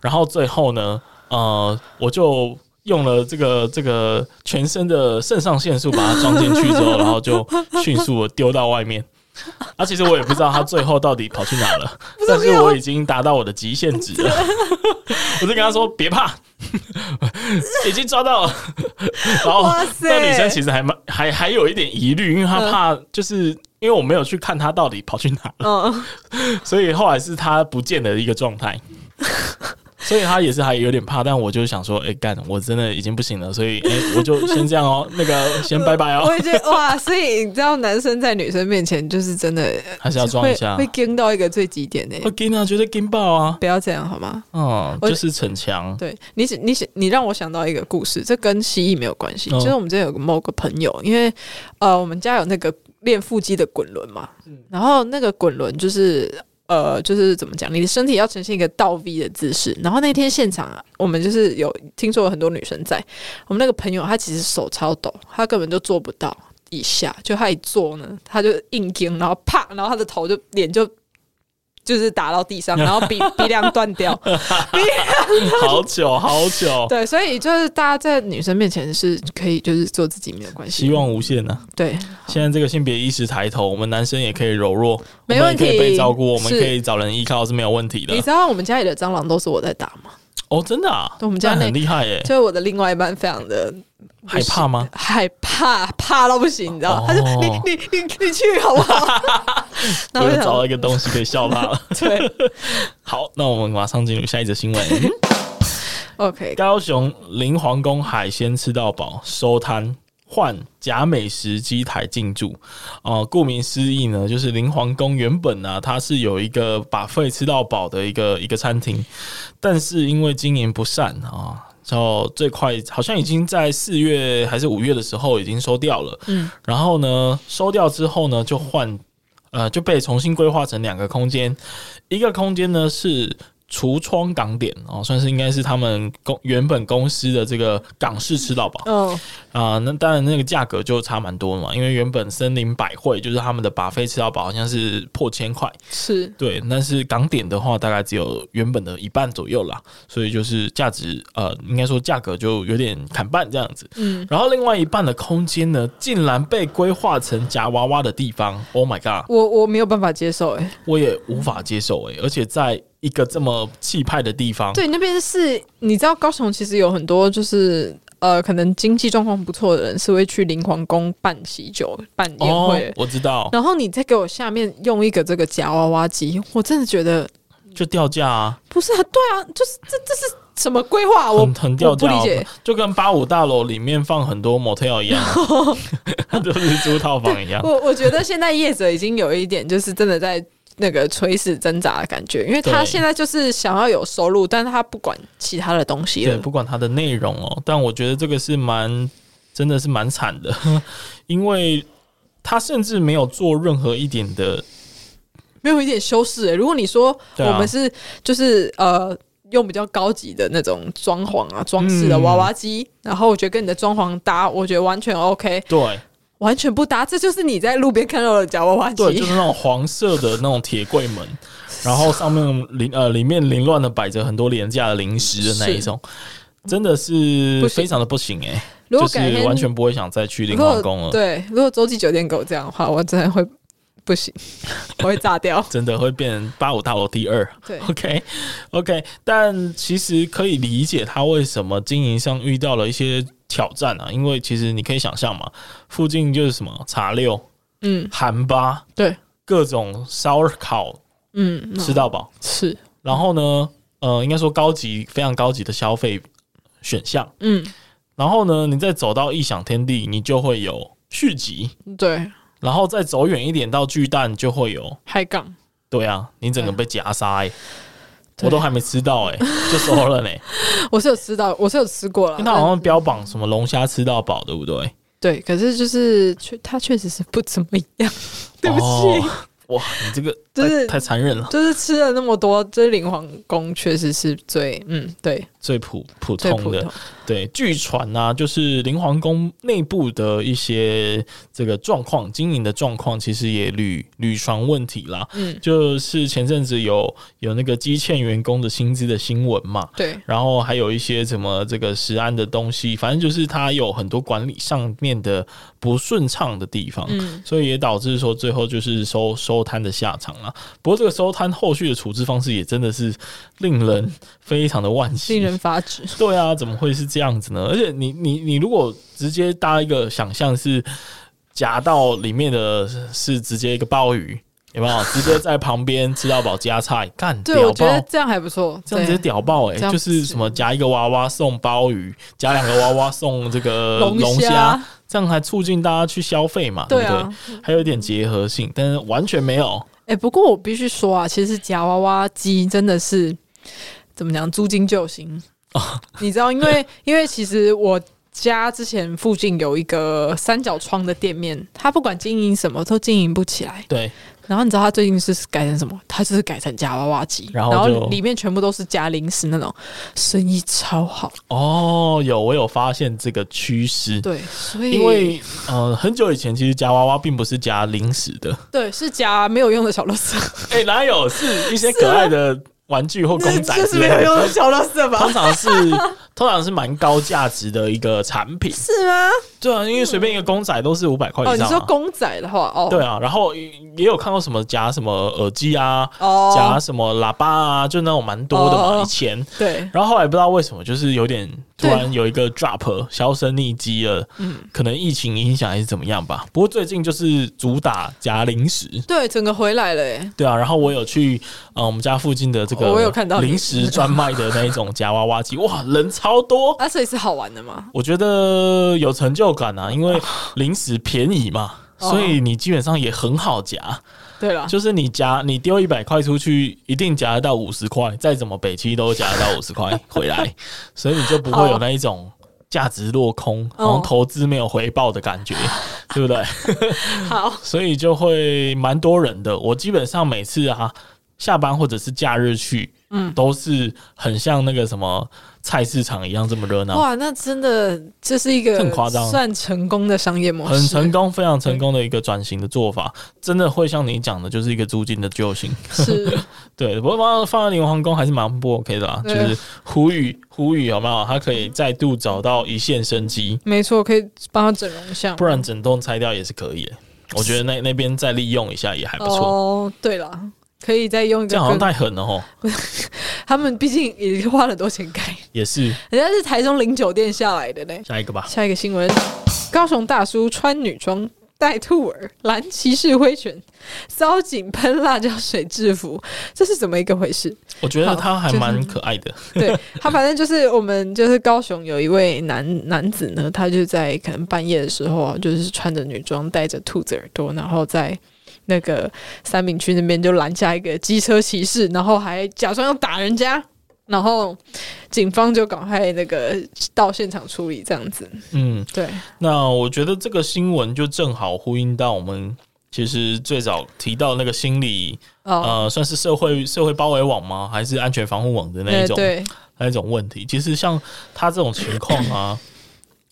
然后最后呢，呃，我就用了这个这个全身的肾上腺素把它装进去之后，然后就迅速的丢到外面。啊，其实我也不知道它最后到底跑去哪 了，但是我已经达到我的极限值了。我就跟她说别怕， 已经抓到了。然后
哇塞
那女生其实还蛮还还有一点疑虑，因为她怕就是。因为我没有去看她到底跑去哪了，
嗯，
所以后来是她不见的一个状 态，所以她也是还有点怕，但我就想说，哎、干，我真的已经不行了，所以哎、我就先这样 哦，那个先拜拜
我
哦，
也 觉得哇，所以你知道，男生在女生面前就是真的呃
还是要装一下
会，会跟到一个最极点的、
会跟啊，绝对跟爆啊，
不要这样好吗？
嗯，
我
就是逞 强，
对你想，你想，你让我想到一个故事，这跟蜥蜴没有关系。
嗯
就是我们之前有个某个朋友，因为呃，我们家有那个练腹肌的滚轮嘛，然后那个滚轮就是呃，就是怎么讲，你的身体要呈现一个倒 V 的姿势。然后那天现场啊，我们就是有听说有很多女生在，我们那个朋友她其实手超抖，她根本就做不到。一下就她一坐呢，她就硬顶，然后啪，然后她的头就脸就就是打到地上，然后鼻鼻梁断掉，
好久好久，
对，所以就是大家在女生面前是可以就是做自己没有关系。
希望无啊限呢、
对，
现在这个性别意识抬头，我们男生也可以柔弱，
没问题
我们也可以被照顾，我们
是
可以找人依靠是没有问题的
你。知道我们家里的蟑螂都是我在打吗？
哦，真的啊，
对我们家
那
那
很厉害耶、
就是我的另外一半非常的
哎害怕吗？
害怕，怕到不行，你知道？
哦
他说：“你你你你去好不好？”
我
然后我
又
就想
找到
说
一个东西可以笑他 了。
对
好，那我们马上进入下一则新闻。
，OK，
高雄林皇宫海鲜吃到饱收摊。换假美食机台进驻，哦、顾名思义呢，就是林皇宫原本呢、啊，它是有一个把费吃到饱的一个一个餐厅，但是因为经营不善啊，就最快好像已经在四月还是五月的时候已经收掉了，
嗯，
然后呢，收掉之后呢，就换呃就被重新规划成两个空间，一个空间呢是橱窗港点哦，算是应该是他们公原本公司的这个港式吃到饱
嗯
啊、那当然那个价格就差蛮多的嘛，因为原本森林百汇就是他们的把费吃到饱好像是破千块，
是
对，但是港点的话，大概只有原本的一半左右啦，所以就是价值呃，应该说价格就有点砍半这样子。
嗯，
然后另外一半的空间呢，竟然被规划成夹娃娃的地方，Oh my god，
我我没有办法接受哎、
我也无法接受欸诶、而且在一个这么气派的地方，
对，那边是你知道高雄其实有很多就是呃，可能经济状况不错的人是会去灵皇宫办喜酒、办宴
哦
会。，
我知道，
然后你再给我下面用一个这个夹娃娃机，我真的觉得
就掉价啊，
不是很对啊，就是这这是什么规划？我
很很掉
哦我不
价、
理解，
就跟八五大楼里面放很多 motel 一 样， 就是租套房一样。
我我觉得现在业者已经有一点就是真的在那个垂死挣扎的感觉，因为他
对
现在就是想要有收入，但是他不管其他的东西
对，
了。
不管它的内容哦，但我觉得这个是蛮，真的是蛮惨的， 因为他甚至没有做任何一点的，
没有一点修饰、欸。如果你说
对啊
我们是、就是呃用比较高级的那种装潢啊装饰的
嗯
娃娃机，然后我觉得跟你的装潢搭，我觉得完全 OK，
对
完全不搭，这就是你在路边看到的假娃娃机。
对，就是那种黄色的那种铁柜 门，然后上面凌呃里面凌乱的摆着很多廉价的零食的那一种，真的是
不行
非常的不行哎、
如
就
果改
是
天
完全不会想再去
如
灵
果
皇宫了，
对，如果洲际酒店给我这样的话，我真的会不 行，我会炸掉。
真的会变成八五大楼第二。
对
OK OK，但其实可以理解他为什么经营上遇到了一些挑战啊，因为其实你可以想象嘛，附近就是什么茶六、
嗯，
韩吧，
对，
各种烧烤
嗯，
吃到饱，
是，
然后呢，呃，应该说高级非常高级的消费选项，
嗯，
然后呢，你再走到异想天地，你就会有续集，
对，
然后再走远一点到巨蛋就会有，
海港，
对啊，你整个被夹杀哎、
对
我都还没吃到哎、就收了呢、
我是有吃到，我是有吃过了
因为，它好像标榜什么龙虾吃到饱，对不对？
对，可是就是确，它确实是不怎么 样，对不起。
哦哇，你这个
就
太、
是
太残忍了，
就是吃了那么多，这灵皇宫确实是最嗯对
最普普
最
通
普
的。
通，
对，据传啊，就是灵皇宫内部的一些这个状况，经营的状况，其实也屡屡传问题啦。
嗯
就是前阵子有有那个积欠员工的薪资的新闻嘛，
对
然后还有一些什么这个食安的东西，反正就是它有很多管理上面的不顺畅的地方，
嗯
所以也导致说最后就是收收摊的下场了。不过这个收摊后续的处置方式也真的是令人非常的惋
令
惜。
人发指。
对啊，怎么会是这样子呢？而且你你你如果直接搭一个想象是夹到里面的是直接一个鲍鱼，有没 有？直接在旁边吃到饱加菜，干
对，我
屌
觉得
爆！
这样还不错。
这样直接
对，
屌爆哎、
这样
就是什么夹一个娃娃送鲍鱼，夹两个娃娃送这个呃龙虾
虾，，
这样还促进大家去消费嘛，
对
不对
啊？。
还有一点结合性，但是完全没有。
哎，不过我必须说啊，其实夹娃娃机真的是怎么讲，租金救星。
哦
你知道，因为 因为其实我。家之前附近有一个三角窗的店面，他不管经营什么都经营不起来。
对，
然后你知道他最近是改成什么？他就是改成夹娃娃机，
然
然
后就
里面全部都是夹零食那种，生意超好。
哦，有我有发现这个趋势，
对，所以
因为呃很久以前其实夹娃娃并不是夹零食的，
对是夹没有用的小垃圾，
哎、哪有是一些可爱的玩具或公仔
就
之
是
类
没
的
有用的小垃圾吧
通？常是 通常是蛮高价值的一个产品。
是吗？
对啊，因为随便一个公仔都是五百块
哦，
以
你
上、啊。
说公仔的话，哦，
对啊，然后也也有看过什么夹什么耳机啊，
哦
夹什么喇叭啊，就那种蛮多的嘛，
哦
以前。
对，
然后后来不知道为什么，就是有点突
对嗯
然有一个 drop 销声匿迹了，可能疫情影响还是怎么样吧。不过最近就是主打夹零食，
对，整个回来了欸耶，
对啊。然后我有去呃我们家附近的这个
哦我有看到你
零食专卖的那一种夹娃娃机，哇，人超多。
啊，所以是好玩的嘛。
我觉得有成就感啊，因为零食便宜嘛，
哦
所以你基本上也很好夹。
对了，
就是你夹，你丢一百块出去，一定夹得到五十块，再怎么北七都夹得到五十块回来，所以你就不会有那一种价值落空，
哦
好像投资没有回报的感觉，对不对？
好，
所以就会蛮多人的。我基本上每次啊，下班或者是假日去，嗯，都是很像那个什么菜市场一样这么热闹，
哇，那真的这是一个
很夸张
算成功的商业模式，
很成功，非常成功的一个转型的做法，真的会像你讲的，就是一个租金的救星。
是，
对，不过放放在灵皇宫还是蛮不 OK 的啦，就
对
是呼吁呼吁有没有？他可以再度找到一线生机，
没错，可以帮他整容像，
不然整栋拆掉也是可以的。我觉得那那边再利用一下也还不错，
哦，对了，可以再用一
这
个
样好像
更，
太狠了哦吼。
他们毕竟也花了很多钱盖，
也是
人家是台中零酒店下来的呢。
下一个吧，
下一个新闻，高雄大叔穿女装。戴兔耳、蓝骑士挥拳、骚警喷辣椒水制服，这是怎么一个回事？
我觉得
好
他还
就是
蛮可爱的。
对他，反正就是我们就是高雄有一位男男子呢，他就在可能半夜的时候啊，就是穿着女装，戴着兔子耳朵，然后在那个三明区那边就拦下一个机车骑士，然后还假装要打人家，然后警方就赶快那个到现场处理这样子。
嗯，
对，
那我觉得这个新闻就正好呼应到我们其实最早提到那个心理，
哦，
呃，算是社会社会包围网吗？还是安全防护网的那一种？
对，
那一种问题。其实像他这种情况 啊，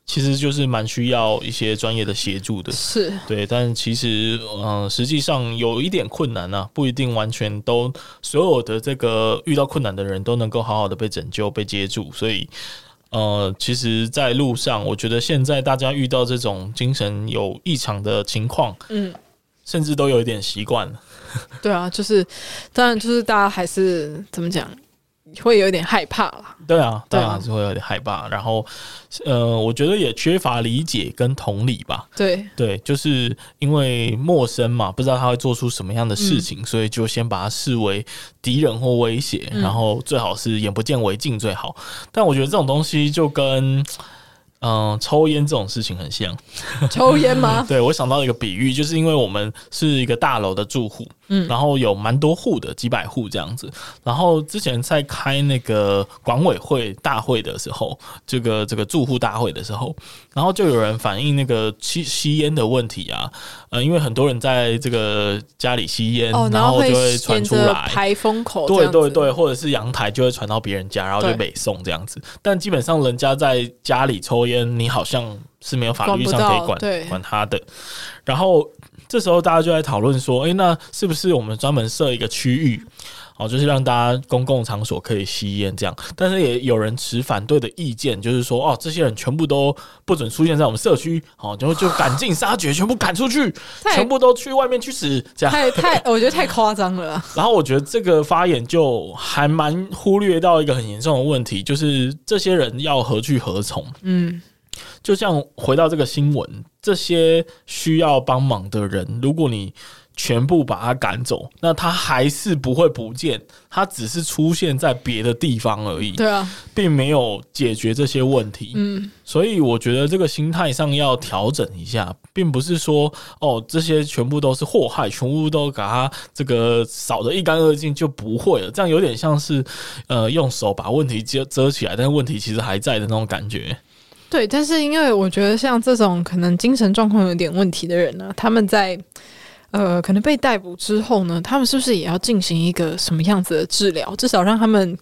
其实就是蛮需要一些专业的协助的。
是
对，但其实嗯、呃实际上有一点困难啊，不一定完全都所有的这个遇到困难的人都能够好好的被拯救、被接住，所以。呃，其实，在路上，我觉得现在大家遇到这种精神有异常的情况，
嗯，
甚至都有一点习惯了。
对啊，就是当然就是大家还是怎么讲，会有点害怕啦。
对啊，
对
当
啊
然还是会有点害怕。然后，呃，我觉得也缺乏理解跟同理吧。
对，
对，就是因为陌生嘛，不知道他会做出什么样的事情，所以就先把他视为敌人或威胁，
嗯
然后最好是眼不见为净最好。但我觉得这种东西就跟。嗯、抽烟这种事情很像。
抽烟吗？
嗯对我想到一个比喻，就是因为我们是一个大楼的住户，
嗯
然后有蛮多户的，几百户这样子。然后之前在开那个管委会大会的时候，这个这个住户大会的时候，然后就有人反映那个吸吸烟的问题啊，呃，因为很多人在这个家里吸烟，
哦，
然
后
后就会传
沿
出
着
来。
排风口，
对对对，，或者是阳台就会传到别人家，然后就
对
北送这样子。但基本上人家在家里抽烟，你好像是没有法律上
管
可
不
以
到
管
对
管他的。然后这时候大家就在讨论说，诶，那是不是我们专门设一个区域？哦，就是让大家公共场所可以吸烟这样，但是也有人持反对的意见，就是说，哦，这些人全部都不准出现在我们社区，哦，就就赶尽杀绝，全部赶出去，
太
全部都去外面去死，这样。
太太，我觉得太夸张了啦。
然后我觉得这个发言就还蛮忽略到一个很严重的问题，就是这些人要何去何从？
嗯，
就像回到这个新闻，这些需要帮忙的人，如果你全部把他赶走，那他还是不会不见，他只是出现在别的地方而已，
对啊，
并没有解决这些问题。
嗯，
所以我觉得这个心态上要调整一下，并不是说哦这些全部都是祸害，全部都给它这个扫得一干二净就不会了，这样有点像是呃用手把问题遮遮起来，但是问题其实还在的那种感觉。
对。但是因为我觉得像这种可能精神状况有点问题的人呢、他们在呃可能被逮捕之后呢，他们是不是也要进行一个什么样子的治疗？至少让他们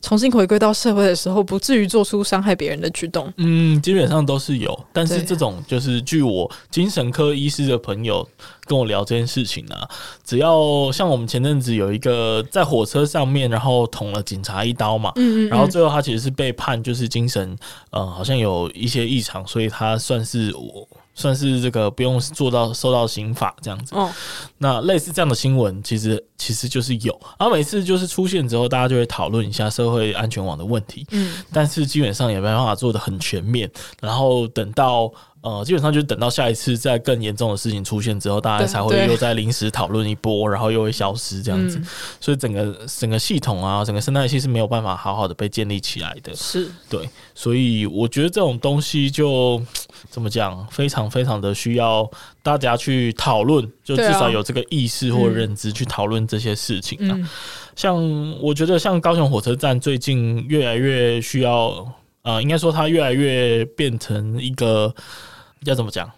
重新回归到社会的时候，不至于做出伤害别人的举动。
嗯，基本上都是有，但是
对
这种就是据我精神科医师的朋友跟我聊这件事情啊，只要像我们前阵子有一个在火车上面，然后捅了警察一刀嘛，
嗯嗯，
然后
嗯
最后他其实是被判就是精神呃好像有一些异常，所以他算是我算是这个不用做到受到刑法这样子。
哦，
那类似这样的新闻，其实其实就是有，然后每次就是出现之后，大家就会讨论一下社会安全网的问题。
嗯，
但是基本上也没办法做的很全面。然后等到呃，基本上就是等到下一次再更严重的事情出现之后，大家
对
才会
对
又再临时讨论一波，然后又会消失这样子。
嗯
所以整个整个系统啊，整个生态系是没有办法好好的被建立起来的。
是
对，所以我觉得这种东西就怎么讲，非常非常的需要大家去讨论，就至
对啊
少有这个意识或
嗯
认知去讨论这些事情、啊。
嗯
像我觉得，像高雄火车站最近越来越需要，呃，应该说它越来越变成一个要怎么讲，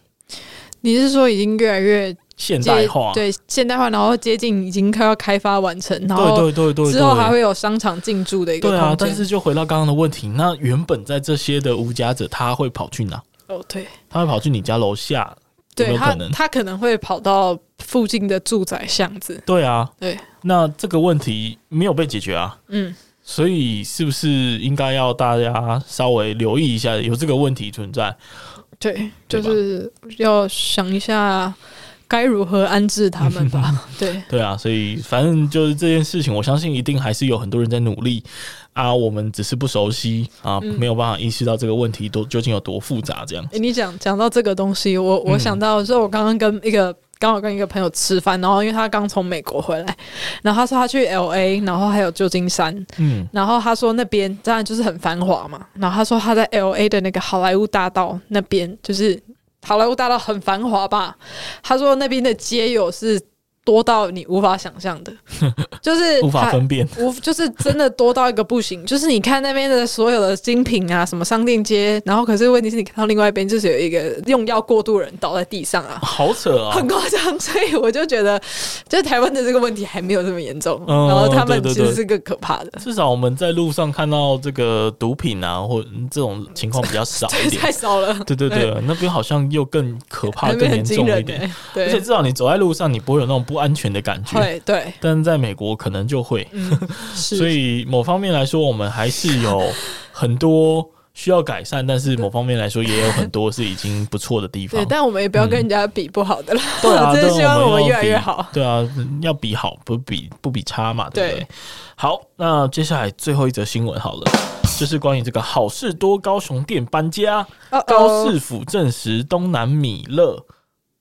你是说已经越来越
现代
接
化。
对现代化，然后接近已经快要开发完成，然后
对对对对，
之后还
对
会有商场进驻的一个
对
空
啊
间。。
但是就回到刚刚的问题，那原本在这些的无家者，他会跑去哪？
哦，对，
他会跑去你家楼下？有没
对
有
他
可能
他可能会跑到附近的住宅巷子。
对啊，
对，
那这个问题没有被解决啊。
嗯，
所以是不是应该要大家稍微留意一下，有这个问题存在？
对，
对
就
吧
是要想一下该如何安置他 们吧。对，
对啊，所以反正就是这件事情，我相信一定还是有很多人在努力啊，我们只是不熟悉啊，
嗯
没有办法意识到这个问题多究竟有多复杂，这样
诶你讲讲到这个东西，我我
嗯
想到是我刚刚跟一个。刚好跟一个朋友吃饭，然后因为他刚从美国回来，然后他说他去 L A，然后还有旧金山，
嗯
然后他说那边当然就是很繁华嘛，然后他说他在 L A 的那个好莱坞大道那边，就是好莱坞大道很繁华吧？他说那边的街友是多到你无法想象 的，就是
嗯无法
他
分辨。
无就是真的多到一个不行，就是你看那边的所有的精品啊，什么商店街，然后可是问题是你看到另外一边就是有一个用药过度的人倒在地上啊，
好扯啊！
很夸张，所以我就觉得，就是台湾的这个问题还没有这么严重，
嗯
然后他们
对对
其
对
实是更可怕的，
至少我们在路上看到这个毒品啊，或这种情况比较少一 点
太。少了，
对对对，那边好像又更可怕、
那
更
边
严
很
重
惊
一
人
点。
欸
而且
对
至，少你走在路上，你不会有那种不安全的感觉。
会对，
但是在美国可能就会。
嗯， 是，
所以某方面来说，我们还是有很多需要改善，但是某方面来说，也有很多是已经不错的地方
对，。但我们也不要跟人家比不好的啦，
对啊，
真的
对
希 望我们
要
越来
比
越好。
对啊，要比好，不比不比差嘛，对不对
对？
好，那接下来最后一则新闻好了，就是关于这个好事多高雄店搬家，
哦
高市府证实东南米勒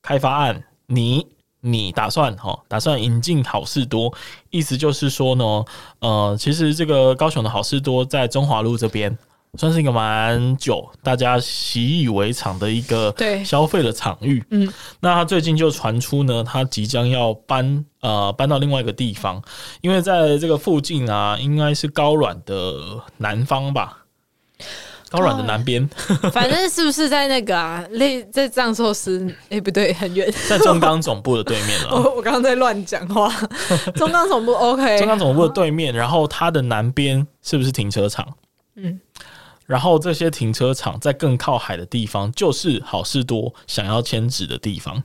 开发案，你你打算哈打算引进好事多，意思就是说呢，呃，其实这个高雄的好事多在中华路这边。算是一个蛮久大家习以为常的一个
对
消费的场域，
嗯，
那他最近就传出呢，他即将要搬呃搬到另外一个地方，因为在这个附近啊，应该是高软的南方吧，高
哦
软的南边，
反正是不是在那个啊，类在藏寿司？哎、不对，很远。
在中钢总部的对面啊
我
了。
我刚刚在乱讲 话。中钢总部 OK，
哦中钢总部的对面，然后它的南边是不是停车场？
嗯，
然后这些停车场在更靠海的地方，就是好事多想要迁址的地方。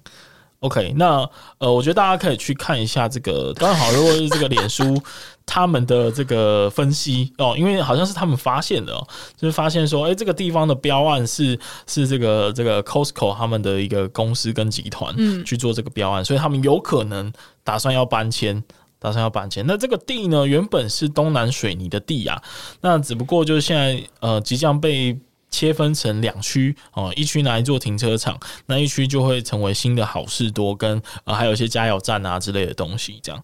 OK，那呃，我觉得大家可以去看一下这个，刚好如果是这个脸书他们的这个分析哦，因为好像是他们发现的、哦，就是发现说，哎、这个地方的标案是是这个这个 Costco 他们的一个公司跟集团
嗯
去做这个标案，所以他们有可能打算要搬迁。打算要搬迁，那这个地呢，原本是东南水泥的地啊，那只不过就是现在呃即将被切分成两区哦，一区拿来做停车场，那一区就会成为新的好事多跟呃还有一些加油站啊之类的东西这样。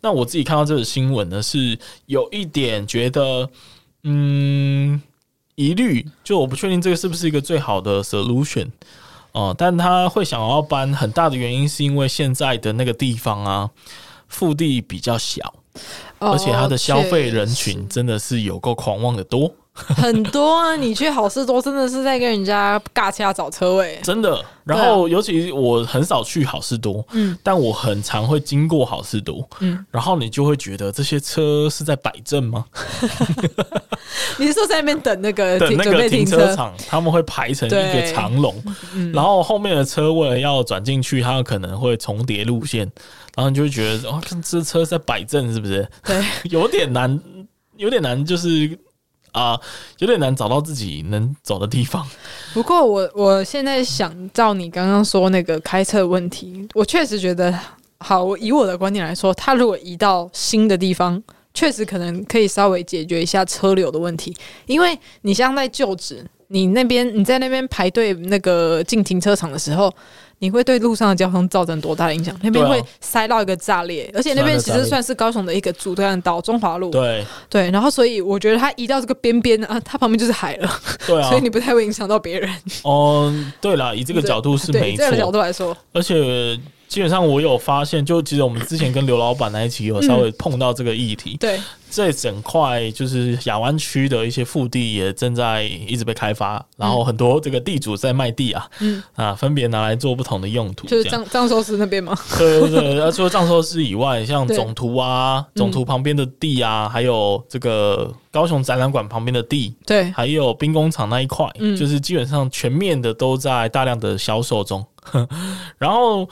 那我自己看到这个新闻呢，是有一点觉得嗯疑虑，就我不确定这个是不是一个最好的 solution。哦，但他会想要搬，很大的原因是因为现在的那个地方啊，腹地比较小，
哦
而且它的消费人
确
群真的是有够狂妄的多。
很多啊，你去好事多真的是在跟人家尬掐找车位，
真的。然后，尤其我很少去好事多，
啊嗯，
但我很常会经过好事多，
嗯，
然后你就会觉得这些车是在摆正吗？
你是说在那边等那个
等
呃停
那
准
个
备停
停
车
车？场，他们会排成一个
对嗯
长龙，然后后面的车为了要转进去，他们可能会重叠路线，然后你就会觉得，哦，看这车在摆正是不是？
对，
有点难，有点难，就是啊、有点难找到自己能走的地方。
不过我我现在想照你刚刚说那个开车的问题，我确实觉得，好，我以我的观点来说，它如果移到新的地方，确实可能可以稍微解决一下车流的问题，因为你像在旧址，你那边你在那边排队那个进停车场的时候。你会对路上的交通造成多大的影响？那边
对啊
会塞到一个炸裂，而且那边
塞
其
到炸
实
裂
算是高雄的一个主干道——中华路。
对，啊
对，然后所以我觉得它移到这个边边啊，它旁边就是海了，
对啊
所以，你不太会影响到别人。
哦，对啦，以这个角度是
对
没
这个角
错，
度来说，
而且。基本上我有发现，就其实我们之前跟刘老板那一期有稍微
嗯
碰到这个议题，
对
这整块就是亚湾区的一些腹地也正在一直被开发，然后很多这个地主在卖地啊，
嗯
啊，分别拿来做不同的用途，
就是
这样。
张张寿司那边嘛，
对对对，呃除了藏寿司以外，像
对嗯
总图啊、总图旁边的地啊，还有这个高雄展览馆旁边的地，
对，
还有兵工厂那一块，
嗯
就是基本上全面的都在大量的销售中。 然后，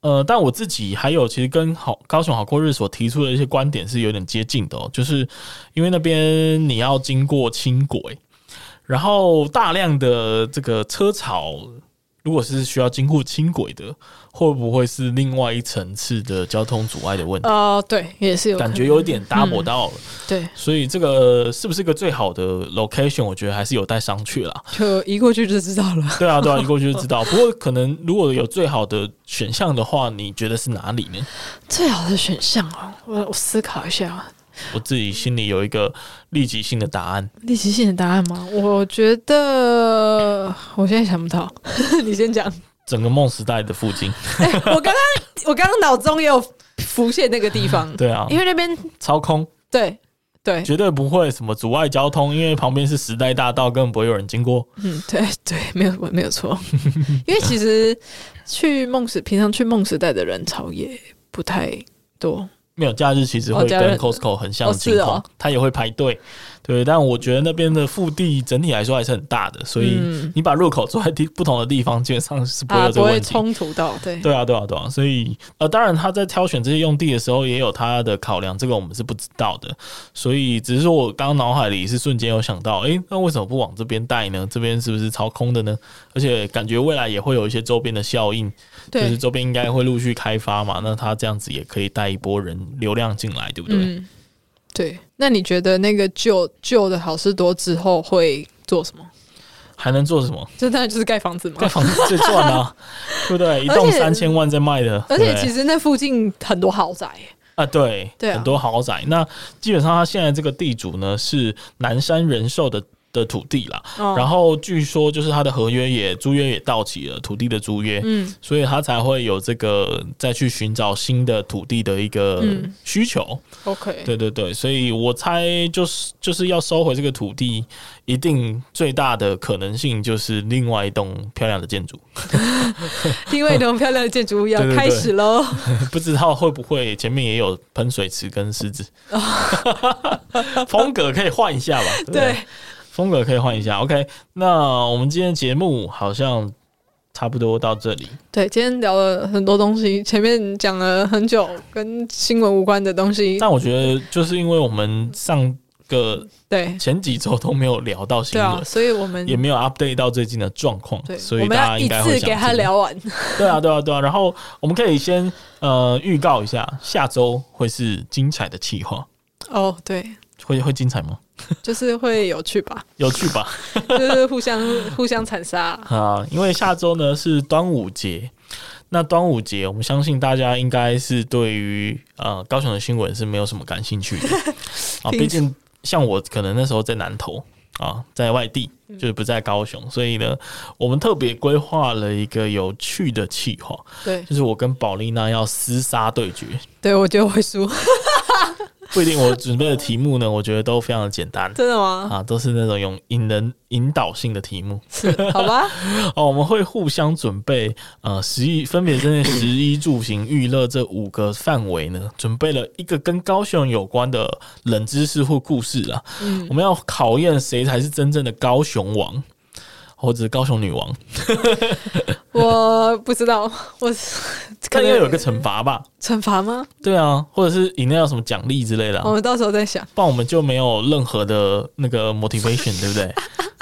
呃，但我自己还有其实跟好高雄好过日所提出的一些观点是有点接近的、哦，就是因为那边你要经过轻轨，然后大量的这个车潮。如果是需要经过轻轨的，会不会是另外一层次的交通阻碍的问题？
呃，对，也是有
感
可
觉
能嗯
有点 double 到了，
对，
所以这个是不是一个最好的 location？我觉得还是有待商榷啦。
就移过去就知道了。
对啊，对啊，一过去就知道。不过可能如果有最好的选项的话，你觉得是哪里呢？
最好的选项啊，我我思考一下啊，
我自己心里有一个立即性的答案。
立即性的答案吗？我觉得我现在想不到， 你先讲。
整个梦时代的附近，
哎、我刚刚我刚刚脑中也有浮现那个地方，
对啊，
因为那边
超空
对对，
绝对不会什么阻碍交通，因为旁边是时代大道，根本不会有人经过。
嗯，对对，没有没有错，因为其实去梦时平常去梦时代的人潮也不太多，
没有假日其实
哦
会
假日
跟 Costco 很像的情
哦是
况
哦，
它也会排队，对。但我觉得那边的腹地整体来说还是很大的，所以
嗯
你把入口做在地 不同的地方，基本上是不会
啊
有这
不
个
会
问题。
冲突到，对
对啊，对啊，对啊，所以呃，当然他在挑选这些用地的时候也有他的考量，这个我们是不知道的。所以只是说我刚刚脑海里是瞬间有想到，诶，那为什么不往这边带呢？这边是不是超空的呢？而且感觉未来也会有一些周边的效应，就
对
是周边应该会陆续开发嘛，那他这样子也可以带一波人流量进来，对不对？
嗯，对。那你觉得那个旧旧的好事多之后会做什么？
还能做什么？
这当然就是盖房子
盖
嘛。
房子最赚啊，对不对？一栋
而且
三千万在卖的，
而
对
且
不对
其实那附近很多豪宅，
啊，对，
对啊
很多豪宅。那基本上他现在这个地主呢是南山人寿的的土地啦，
哦
然后据说就是他的合约也租约也到期了，土地的租约，
嗯，
所以他才会有这个再去寻找新的土地的一个
嗯
需求。
，OK，
对对对，所以我猜就是就是要收回这个土地，一定最大的可能性就是另外一栋漂亮的建筑，
另外一栋漂亮的建筑物要
对对对
开始喽。
不知道会不会前面也有喷水池跟狮子，风格可以换一下吧？对不对
对，
风格可以换一下。OK，那我们今天节目好像差不多到这里。
对，今天聊了很多东西，前面讲了很久跟新闻无关的东西，
但我觉得，就是因为我们上个
对
前几周都没有聊到新
对啊，
闻，
所以我们
也没有 update 到最近的状况，
对，
所以大
我们
家
要
应
一
该会
次
想
给他
听。
聊完。
对啊，对啊，对啊。然后我们可以先呃预告一下，下周会是精彩的企划，
哦，对，
会会精彩吗？
就是会有趣吧，
有趣吧？
就是互相 互相残杀。
啊，因为下周呢是端午节，那端午节我们相信大家应该是对于呃高雄的新闻是没有什么感兴趣的啊，
听
毕竟像我可能那时候在南投啊，在外地就是不在高雄，所以呢，我们特别规划了一个有趣的企划，
对，
就是我跟宝丽娜要厮杀对决。
对我觉得我会输。
不一定。我准备的题目呢，我觉得都非常的简单
真的吗？
啊，都是那种有引人引导性的题目。
是，好 吧，
哦，我们会互相准备，呃，十一分别针对十一住行娱乐这五个范围呢，准备了一个跟高雄有关的冷知识或故事啊。我们要考验谁才是真正的高雄王，或者是高雄女王。
我不知道，我是 可
但
能
要有一个惩罚吧？
惩罚吗？
对啊，或者是饮料有什么奖励之类的、
我
啊，
们到时候再想。
不然我们就没有任何的那个 motivation，对不对？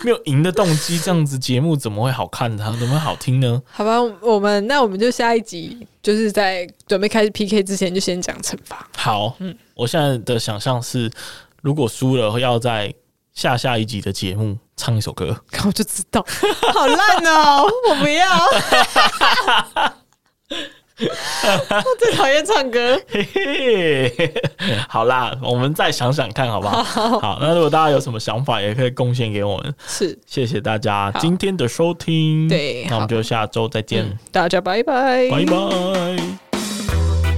没有赢的动机，这样子节目怎么会好看呢？怎么会好听呢？
好吧，我们那我们就下一集，就是在准备开始 PK 之前，就先讲惩罚。
好，我现在的想象是，如果输了，要在下下一集的节目唱一首歌。
我就知道， 好烂 哦、我不要。我最讨厌唱歌。
嘿嘿，好啦，我们再想想看，好不好？好那如果大家有什么想法，也可以贡献给我们。
是，
谢谢大家
好
今天的收听，
对
那我
好
们就下周再见，
嗯，大家拜拜，
拜拜。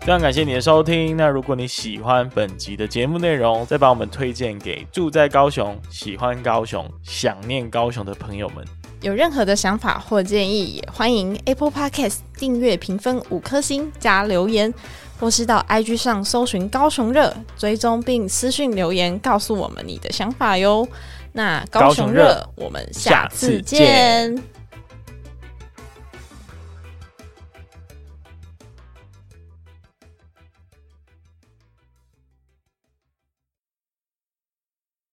非常感谢你的收听。那如果你喜欢本集的节目内容，再把我们推荐给住在高雄、喜欢高雄、想念高雄的朋友们。
有任何的想法或建议，也欢迎 Apple Podcast 订阅、评分五颗星加留言，或是到 IG 上搜寻“高雄热”，追踪并私讯留言告诉我们你的想法哟。那高
高雄
雄
热
热，我们下
下次
次
见
见。